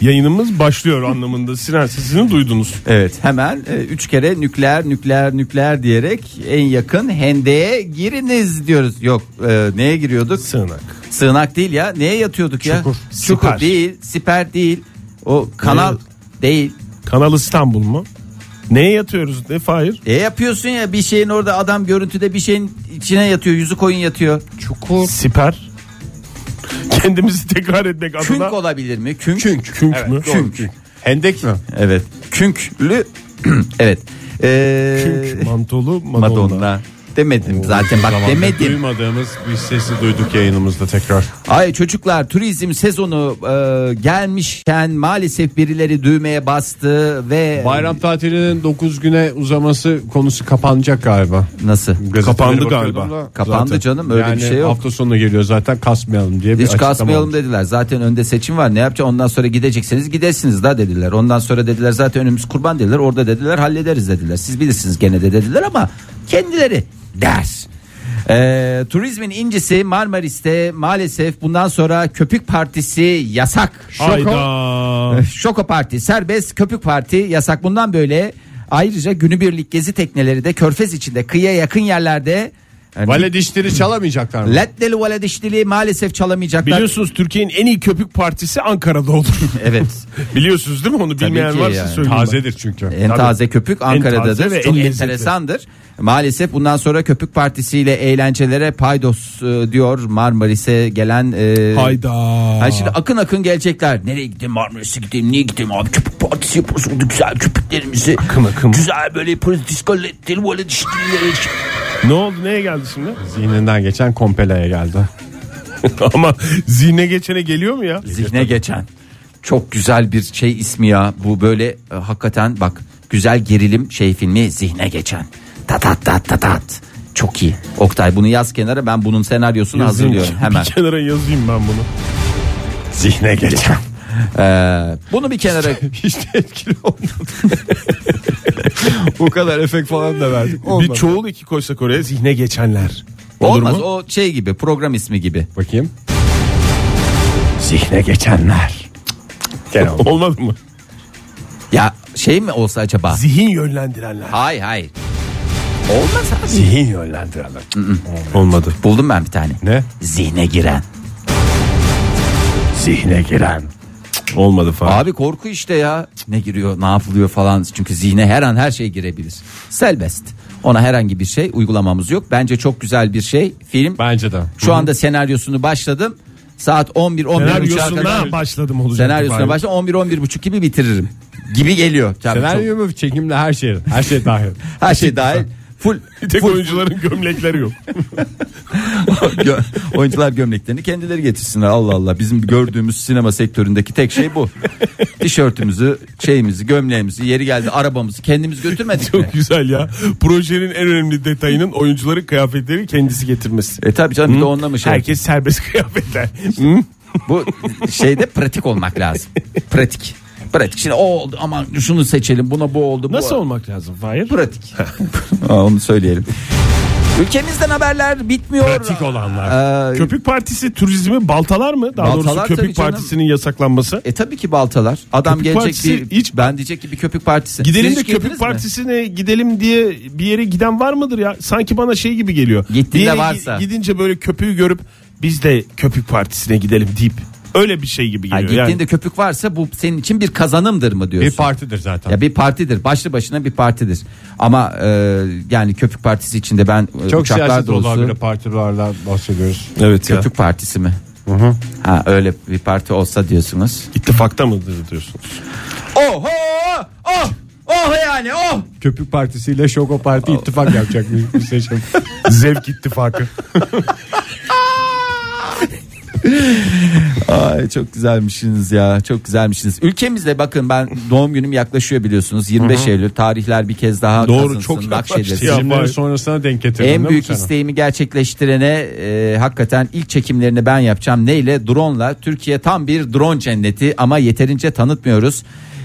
Yayınımız başlıyor anlamında. Sinan sesini duydunuz. Evet hemen e, üç kere nükleer nükleer nükleer diyerek en yakın hendeye giriniz diyoruz. Yok e, neye giriyorduk? Sığınak. Sığınak değil ya. Neye yatıyorduk ya? Çukur. Çukur Siper. değil, siper değil. O kanal değil. Kanal İstanbul mu? Neye yatıyoruz? Ne Fahir? E yapıyorsun ya bir şeyin orada adam görüntüde bir şeyin içine yatıyor, yüzü koyun yatıyor. Çukur. Siper. Kendimizi tekrar etmek Künk adına. olabilir mi? Künk. Künk mü? Künk. Hendek mi? Evet. Künklü. evet. Ee, Künk. Mantolu Madonna. Madonna. Demedim zaten bak demedim. Duymadığımız bir sesi duyduk yayınımızda tekrar. Ay çocuklar turizm sezonu e, gelmişken maalesef birileri düğmeye bastı ve Bayram tatilinin 9 güne uzaması konusu kapanacak galiba. nasıl? Gazetelere Kapandı bakıyordum galiba. da Kapandı zaten. canım, öyle bir Yani şey yok. hafta sonu geliyor zaten kasmayalım diye bir Hiç açıklama kasmayalım olmuş. dediler. Zaten önde seçim var. Ne yapacağız? Ondan sonra gidecekseniz gidersiniz da dediler. Ondan sonra dediler zaten önümüz kurban dediler. Orada dediler hallederiz dediler. Siz bilirsiniz gene de dediler ama kendileri der. Ee, turizmin incisi Marmaris'te maalesef bundan sonra köpük partisi yasak. Hayda. Şoko Parti serbest, Köpük Parti yasak. Bundan böyle ayrıca günübirlik gezi tekneleri de körfez içinde kıyıya yakın yerlerde Yani- Vale dişleri çalamayacaklar mı? Leddeli vale dişliliği maalesef çalamayacaklar. Biliyorsunuz Türkiye'nin en iyi köpük partisi Ankara'da olur. Evet. Biliyorsunuz değil mi onu Tabii bilmeyen ki varsa yani. söyleyeyim. ben. Tazedir çünkü. En Tabii. taze köpük En taze ve Ankara'dadır. en Çok lezzetli. enteresandır. Maalesef bundan sonra köpük partisiyle eğlencelere paydos e, diyor Marmaris'e gelen e, Hayda. Ha şimdi akın akın gelecekler. Nereye gideyim Marmaris'e gideyim niye gideyim abi köpük partisi yapıyoruz orada güzel köpüklerimizi. Akın akın. Güzel böyle yapıyoruz diskoletleri böyle dişleri. Ne oldu neye geldi şimdi? Zihninden geçen kompeleye geldi. Ama zihne geçene geliyor mu ya? Zihne geçen. Çok güzel bir şey ismi ya. Bu böyle e, hakikaten bak güzel gerilim şey filmi zihne geçen. Tatat tat tat tat. Çok iyi. Oktay bunu yaz kenara ben bunun senaryosunu Yazayım. hazırlıyorum hemen. Bir kenara yazayım ben bunu. Zihne geçen. Ee, bunu bir kenara Hiç de etkili olmadı. Bu kadar efekt falan da verdik. Bir Olmadı. çoğul iki koysak oraya zihne geçenler. olmaz o şey gibi program ismi gibi. Bakayım. Zihne geçenler. Gene oldu. Olmadı mı? Ya şey mi olsa acaba? Zihin yönlendirenler. Hayır hayır. Olmaz abi. Zihin yönlendirenler. Olmadı. Buldum ben bir tane. Ne? Zihne giren. Zihne giren. Olmadı falan. Abi korku işte ya. Ne giriyor ne yapılıyor falan. Çünkü zihne her an her şey girebilir. Selbest. Ona herhangi bir şey uygulamamız yok. Bence çok güzel bir şey film. Bence de. Şu anda senaryosunu başladım. Saat 11 11 buçuğa kadar. Senaryosuna başladım olacak. Senaryosuna başla 11 11 buçuk gibi bitiririm. Gibi geliyor. Tabii e, çok- Senaryo mu çekimle her şey her şey dahil. her şey dahil. Full Bir tek oyuncuların gömlekleri yok. Gö- oyuncular gömleklerini kendileri getirsinler. Allah Allah. Bizim gördüğümüz sinema sektöründeki tek şey bu. Tişörtümüzü, şeyimizi, gömleğimizi, yeri geldi arabamızı kendimiz götürmedik mi? Çok güzel ya. Projenin en önemli detayının oyuncuların kıyafetleri kendisi getirmesi. E tabii canım bir de onunla mı şey? Herkes serbest kıyafetler. Bu şeyde pratik olmak lazım. Pratik. Pratik. Şimdi o oldu aman şunu seçelim buna bu oldu. Bu Nasıl oldu. olmak lazım? Hayır. Pratik. Aa, Onu söyleyelim. Ülkemizden haberler bitmiyor. Pratik olanlar. Ee, Köpük partisi turizmi baltalar mı? Daha Baltalar doğrusu tabii köpük canım. partisinin yasaklanması. e tabii ki baltalar. Adam Köpük gelecek partisi bir hiç- ben diyecek ki bir köpük partisi. Gidelim Siz de hiç köpük girdiniz mi? partisine gidelim diye bir yere giden var mıdır ya? Sanki bana şey gibi geliyor. Gittiğinde Bir yere gi- varsa. Gidince böyle köpüğü görüp biz de köpük partisine gidelim deyip öyle bir şey gibi Ha, geliyor. gittiğinde yani. E, köpük varsa bu senin için bir kazanımdır mı diyorsun? Bir partidir zaten. ya bir partidir. Başlı başına bir partidir. Ama e, yani köpük partisi içinde ben e, Çok uçaklar siyaset olan dolusu bir partilerden bahsediyoruz. Evet ya. köpük partisi mi? Ha öyle bir parti olsa diyorsunuz. İttifakta mıdır diyorsunuz? Oh oh oh oh yani oh. Köpük partisiyle Şoko Parti ittifak yapacakmış bu seçim. Zevk ittifakı. Ay çok güzelmişsiniz ya. Çok güzelmişsiniz. Ülkemizde bakın ben doğum günüm yaklaşıyor biliyorsunuz. 25 Eylül tarihler bir kez daha Doğru, kazınsın, çok nakşedilsin. yaklaştı ya. Seçimlerin vay. sonrasına denk getirdin değil Şey En mi büyük sen? isteğimi gerçekleştirene e, hakikaten ilk çekimlerini ben yapacağım. Neyle? Drone'la. Türkiye tam bir drone cenneti ama yeterince tanıtmıyoruz.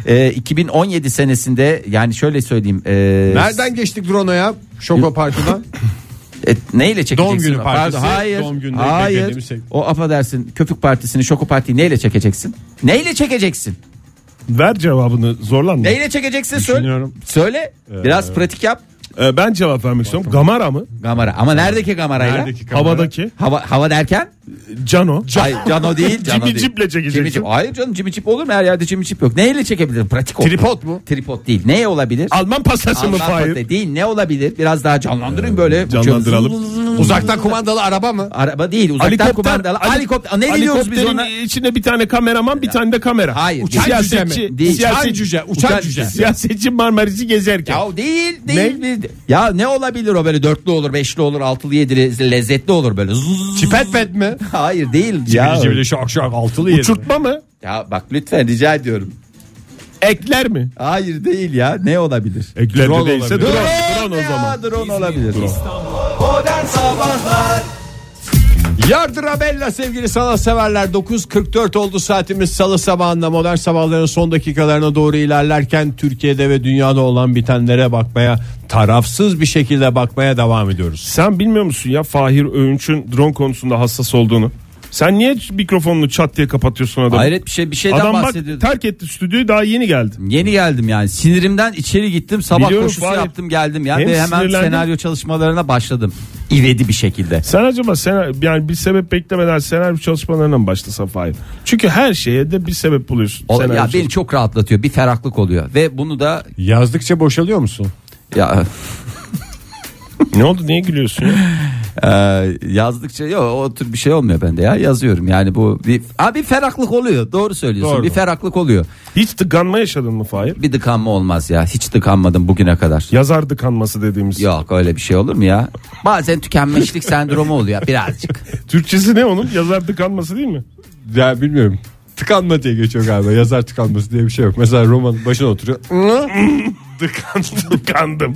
E, 2017 senesinde yani şöyle söyleyeyim. E, Nereden geçtik drone'a ya? Şoko Parti'den. e, neyle çekeceksin? Doğum günü partisi, Pardon, hayır. doğum gününde hayır. beklediğimiz şey. O affedersin köpük partisini, şoku partiyi neyle çekeceksin? Neyle çekeceksin? Ver cevabını zorlanma. Neyle çekeceksin? Söyle. Düşünüyorum. Söyle. Biraz pratik yap. Ee, ben cevap vermek istiyorum. Gamara mı? Gamara. Ama neredeki gamarayla? Neredeki kamera? Havadaki. Hava, hava derken? Cano. Hayır Cano değil. Cano Jimmy değil. Jeep'le çekeceksin. Jimmy Jeep. Hayır canım Jimmy Jeep olur mu? Her yerde Jimmy Jeep yok. Neyle çekebilirim? Pratik olur. Tripod mu? Tripod değil. Ne olabilir? Alman pastası mı Alman Fahir? patlayı değil. Ne olabilir? Biraz daha Ee, canlandırın böyle. canlandıralım. Uçuyorum. Uzaktan kumandalı araba mı? Araba değil. Uzaktan kumandalı. Helikopter. Ne diyoruz biz Helikopterin ona? içinde bir tane kameraman bir tane de kamera. Hayır. Uçan Değil. siyasetçi. Değil. Siyasetçi. Uçan cüce, uçan cüce. Siyasetçi Marmaris'i gezerken. Ya değil değil. değil. Ya ne olabilir o böyle dörtlü olur, beşli olur, altılı, yedili, lezzetli olur böyle. Zzz. Çipet pet mi? Hayır değil. Cibili Ya. cibili şak şak altılı yedi. Uçurtma mı? ya bak lütfen rica ediyorum. Ekler mi? Hayır değil ya. Ne olabilir? Ekler E, Drone de değilse olabilir. drone. Drone Drone E, o ya, zaman. Drone olabilir. Yardıra bella sevgili sanat severler 9.44 oldu saatimiz salı sabahında modern sabahların son dakikalarına doğru ilerlerken Türkiye'de ve dünyada olan bitenlere bakmaya tarafsız bir şekilde bakmaya devam ediyoruz. Sen bilmiyor musun ya Fahir Öğünç'ün drone konusunda hassas olduğunu? Sen niye mikrofonunu çat diye kapatıyorsun adamı? Hayret bir şey- bir şeyden Adam bak bahsediyordum. terk etti stüdyoyu daha yeni geldi. Yeni geldim yani sinirimden içeri gittim sabah Biliyorum, koşusu Fahir. yaptım geldim ya Hem ve hemen sinirlendin. senaryo çalışmalarına başladım. İvedi bir şekilde. Sen acaba sen yani bir sebep beklemeden senaryo çalışmalarına mı başlasan Fahir? Çünkü her şeye de bir sebep buluyorsun. O, Senaryo ya çalış- beni çok rahatlatıyor bir ferahlık oluyor ve bunu da Yazdıkça boşalıyor musun? ya Ne oldu niye gülüyorsun? ya? e, yazdıkça yok o tür bir şey olmuyor bende ya yazıyorum yani bu bir abi ferahlık oluyor doğru söylüyorsun Doğru. bir ferahlık oluyor Hiç tıkanma yaşadın mı Fahir? bir tıkanma olmaz ya hiç tıkanmadım bugüne kadar Yazar tıkanması dediğimiz. yok öyle bir şey olur mu ya bazen tükenmişlik sendromu oluyor birazcık Türkçesi ne onun? Yazar tıkanması değil mi? Ya bilmiyorum. Tıkanma diye geçiyor galiba. Yazar tıkanması diye bir şey yok. Mesela romanın başına oturuyor. Tıkandım. tıkandım.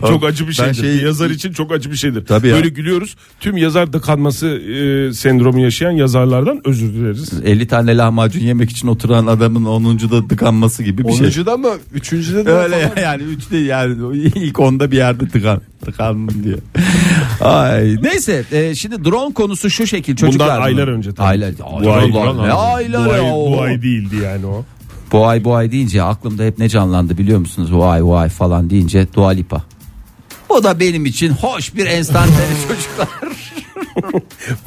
çok acı bir şeydir. şey- Bir yazar için çok acı bir şeydir. Tabii ya. Böyle gülüyoruz. Tüm yazar tıkanması e, sendromu yaşayan yazarlardan özür dileriz. 50 tane lahmacun yemek için oturan adamın 10. da tıkanması gibi bir şey. Onuncuda mı? Üçüncüde de Öyle ya, yani 3'te yani ilk onda bir yerde tıkan tıkandım diye. Ay neyse e, şimdi drone konusu şu şekil çocuklar. Bundan mı? aylar önce tabii. Aylar. Bu ay, Allah, ne aylar bu, ay, ya o. bu ay değildi yani o. Bu ay bu ay deyince aklımda hep ne canlandı biliyor musunuz? Vay vay falan deyince Dua Lipa. O da benim için hoş bir enstantane çocuklar.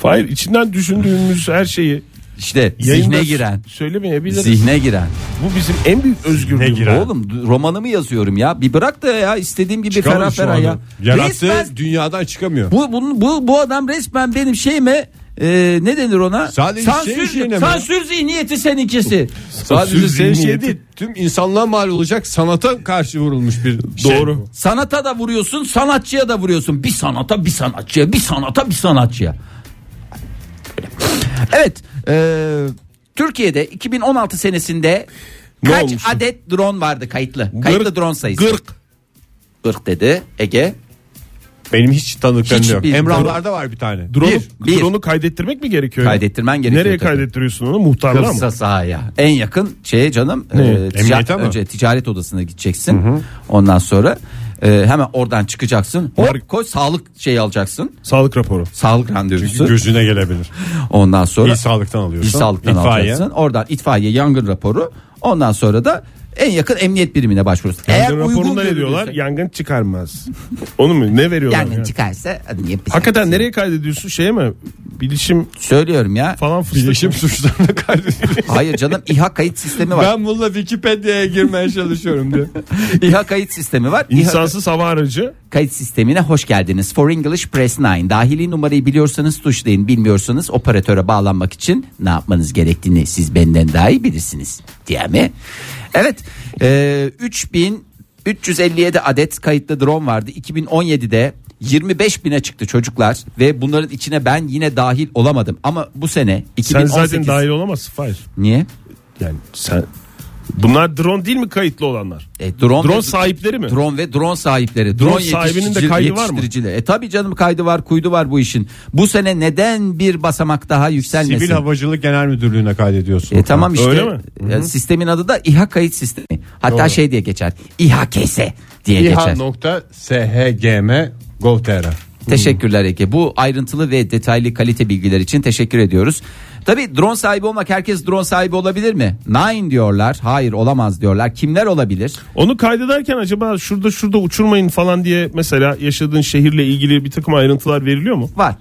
Hayır içinden düşündüğümüz her şeyi İşte yayında zihne giren. Söylemeyebiliriz. Zihne giren. Bu bizim en büyük özgürlüğümüz. Oğlum d- romanımı yazıyorum ya. Bir bırak da ya istediğim gibi Çıkamıyor ferah şu ferah anda. ya. Yarattığı Resmen dünyadan çıkamıyor. bu, bu, bu, bu adam resmen benim şeyime e, ne denir ona? Sadece şey şeyine mi? sansür zihniyeti seninkisi. Sadece senin şey zihniyeti. değil. Tüm insanlığa mal olacak sanata karşı vurulmuş bir şey. Doğru. bu. Sanata da vuruyorsun, sanatçıya da vuruyorsun. Bir sanata, bir sanatçıya, bir sanata, bir sanatçıya. Evet, e, Türkiye'de 2016 senesinde Ne kaç olmuş? adet drone vardı kayıtlı? Kayıtlı Gırk- drone sayısı. Gırk. Gırk dedi Ege. Benim hiç tanıdıklarım Hiç yok. bir- Emrahlarda var bir tane. Drone'u, bir. drone'u kaydettirmek mi gerekiyor? Kaydettirmen gerekiyor Nereye tabii. kaydettiriyorsun onu? Muhtarlığa mı? Kısa sahaya. En yakın şeye canım. e, ticaret, Emniyete mi? önce ticaret odasına gideceksin. Ondan sonra e, hemen oradan çıkacaksın. Hop, koy sağlık şeyi alacaksın. Sağlık raporu. Sağlık randevusu. Gözüne gelebilir. Ondan sonra İl sağlıktan alıyorsun. İl sağlıktan İtfaiye. alacaksın. Oradan itfaiye yangın raporu. Ondan sonra da en yakın emniyet birimine başvurursun. Yangın raporunda ne görülürse- diyorlar? Yangın çıkarmaz. onu mu? Ne veriyorlar? Yangın yani? çıkarsa adını yapacak. Hakikaten nereye kaydediyorsun? Şeye mi? Bilişim Söylüyorum ya. falan fıstık. Bilişim suçlarına kaydediyor. Hayır canım İHA kayıt sistemi var. ben bununla Wikipedia'ya girmeye çalışıyorum diye. İHA kayıt sistemi var. İHA İnsansız hava aracı. kayıt sistemine hoş geldiniz. For English Press 9. Dahili numarayı biliyorsanız tuşlayın. Bilmiyorsanız operatöre bağlanmak için ne yapmanız gerektiğini siz benden daha iyi bilirsiniz. Diye mi? Evet. E, 3357 adet kayıtlı drone vardı. 2017'de 25 bine çıktı çocuklar ve bunların içine ben yine dahil olamadım. Ama bu sene Sen 2018 zaten dahil olamazsın. Hayır. niye? Yani sen... Bunlar drone değil mi kayıtlı olanlar? E, drone, Drone ve- sahipleri mi? Drone ve drone sahipleri. Drone, Drone sahibinin de yetiştirici- kaydı var mı? yetiştiricileri. E tabi canım kaydı var kuydu var bu işin. Bu sene neden bir basamak daha yükselmesin? Sivil Havacılık Genel Müdürlüğü'ne kaydediyorsun. E tamam işte. Öyle mi? E, sistemin adı da İHA kayıt sistemi. Hatta şey diye geçer. İHA kese diye geçer. İHA.SHGM.gov.tr Teşekkürler Ege. Bu ayrıntılı ve detaylı kalite bilgiler için teşekkür ediyoruz. Tabi drone sahibi olmak herkes drone sahibi olabilir mi? Nine diyorlar. Hayır olamaz diyorlar. Kimler olabilir? Onu kaydederken acaba şurada şurada uçurmayın falan diye mesela yaşadığın şehirle ilgili bir takım ayrıntılar veriliyor mu? Var.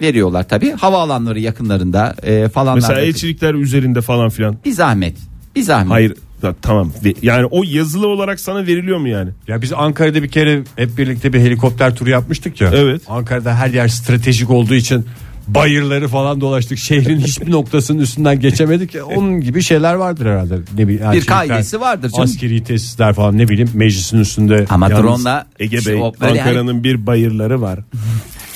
Veriyorlar tabi. Havaalanları yakınlarında e, falanlarda. Mesela elçilikler üzerinde falan filan. Bir zahmet. Bir zahmet. Hayır ya tamam Ve- yani o yazılı olarak sana veriliyor mu yani? Ya biz Ankara'da bir kere hep birlikte bir helikopter turu yapmıştık ya. Evet. Ankara'da her yer stratejik olduğu için bayırları falan dolaştık. Şehrin hiçbir noktasının üstünden geçemedik. ya. Onun gibi şeyler vardır herhalde. Ne bileyim, yani Bir şehirler, kaidesi vardır canım. Askeri tesisler falan ne bileyim meclisin üstünde. Ama yalnız drone'la Ege şu- Bey o böyle Ankara'nın bir bayırları var. hani-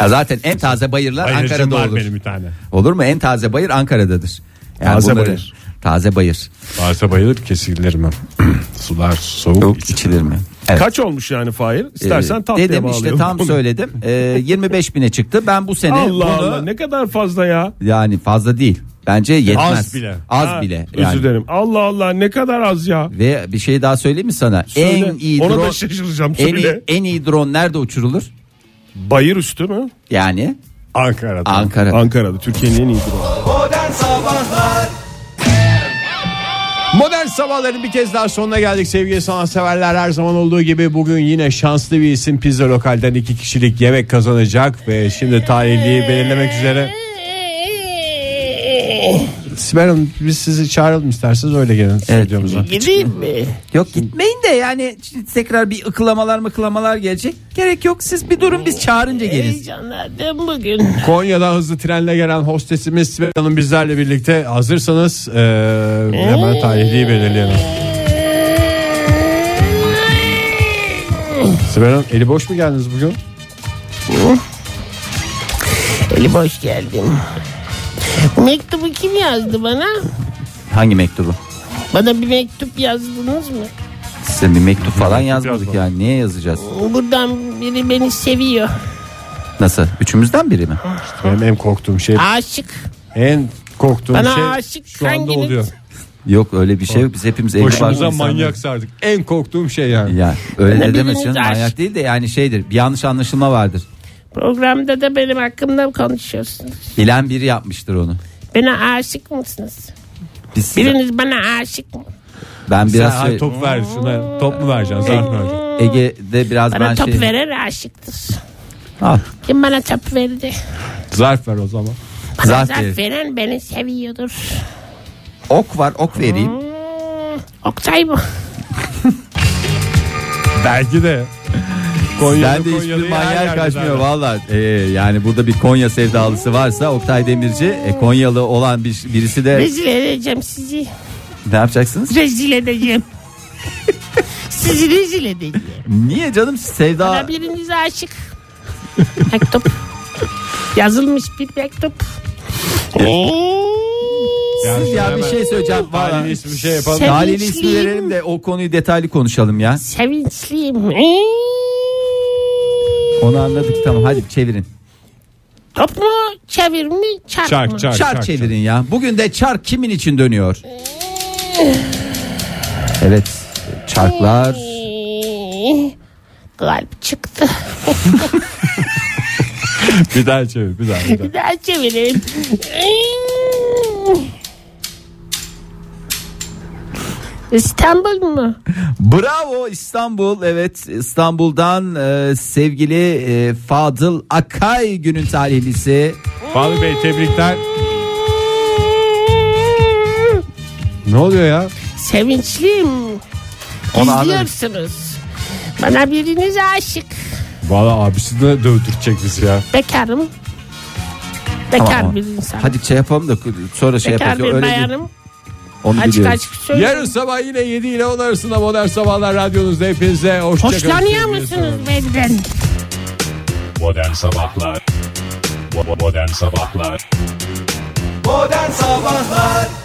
Ya zaten en taze bayırlar bayırcım Ankara'da var olur. benim bir tane. Olur mu? En taze bayır Ankara'dadır. Yani Taze bunları- bayır. Taze bayır. Varsa bayılır kesilir mi? Sular soğuk. Yok içilir mi? Evet. Kaç olmuş yani Fahir? İstersen Ee, tatlıya Dedim işte bağlayalım tam bunu. söyledim. Ee, 25 bine çıktı. Ben bu sene Allah bunu Allah ne kadar fazla ya. yani fazla değil. Bence yetmez. Az bile. Az Ha, bile. yani. Özür dilerim. Allah Allah ne kadar az ya. Ve bir şey daha söyleyeyim mi sana? Söyle. En iyi Ona da drone şaşıracağım, en iyi, söyle. en iyi drone nerede uçurulur? Bayır üstü mü? Yani Ankara'da. Ankara'da. Ankara'da. Türkiye'nin en iyi durumu. Modern Sabahlar Modern sabahların bir kez daha sonuna geldik sevgili sanatseverler. Her zaman olduğu gibi bugün yine şanslı bir isim pizza lokalden iki kişilik yemek kazanacak ve şimdi tarihliği belirlemek üzere. Oh! Sibel Hanım biz sizi çağıralım isterseniz öyle gelin stüdyomuza. Gideyim mi? Yok gitmeyin de yani şimdi tekrar bir ıklamalar mıklamalar gelecek. Gerek yok siz bir durun biz çağırınca geliriz. Heyecanlandım bugün. Konya'dan hızlı trenle gelen hostesimiz Sibel Hanım bizlerle birlikte hazırsanız eee, hemen tarihliği belirleyelim. Sibel Hanım eli boş mu geldiniz bugün? Eli boş geldim. Mektubu kim yazdı bana? Hangi mektubu? Bana bir mektup yazdınız mı? Size bir mektup falan yazmadık yani niye yazacağız? Buradan biri beni seviyor. Nasıl? Üçümüzden biri mi? Benim en korktuğum şey Aşık. en korktuğum Bana şey aşık şu anda hanginiz? oluyor. Yok öyle bir şey yok. Biz hepimiz evli barklı Başımıza insanlarız. manyak sardık. En korktuğum şey yani. Ya öyle de Öyle deme bir canım. aşk. Manyak değil de yani şeydir. Bir yanlış anlaşılma vardır. Programda da benim hakkımda konuşuyorsunuz. Bilen biri yapmıştır onu. Bana aşık mısınız? Biz size- Biriniz bana aşık mı? ben Sen biraz ha, şey- top ver şuna. Top mu vereceksin? Zar mı vereceksin? Ege'de biraz Bana ben top şey verer aşıktır. Al. Kim bana top verdi? Zarf ver o zaman. Bana Zarf zarf, verir. veren beni seviyordur. ok var ok vereyim. Hmm, Oktay mı? Belki de. Ben de hiçbir manyak kaçmıyor valla. Ee, yani burada bir Konya sevdalısı varsa Oktay Demirci e, Konyalı olan bir, birisi de Rezil edeceğim sizi. ne yapacaksınız? Rezil edeceğim. sizi rezil edeceğim. Niye canım sevda Bana biriniz aşık. Mektup. Yazılmış bir mektup. ya bir şey söyleyeceğim. Valla. Halini ismi şey yapalım. Sen- Lale'nin ismi verelim de o konuyu detaylı konuşalım ya. Sevinçliyim. Onu anladık tamam hadi çevirin. Top mu? Çevir mi? Çarp, Çark, mı? çark. Çark, çark. çevirin ya. Bugün de çark kimin için dönüyor? Evet çarklar. Ee, Kalp çıktı. Bir daha çevir bir daha. Bir daha. Bir daha çevireyim. İstanbul mu? Bravo İstanbul. Evet İstanbul'dan e, sevgili e, Fadıl Akay günün talihlisi. Fahri Bey tebrikler. Ne oluyor ya? Sevinçliyim. Onu anladım. İzliyorsunuz. Bana biriniz aşık. Valla abisi de dövdürecek bizi ya. Bekarım. Bekar Tamam. bir insan. Hadi şey yapalım da sonra şey Bekar yapacağız. bir Öyle değil. bayanım. Onu Açık biliyoruz. açık söylüyorum. Yarın sabah yine 7 ile 10 arasında Modern Sabahlar Radyonuzda hepinize hoşçakalın. Hoşlanıyor musunuz benden? Modern Sabahlar Bo- Modern Sabahlar Modern Sabahlar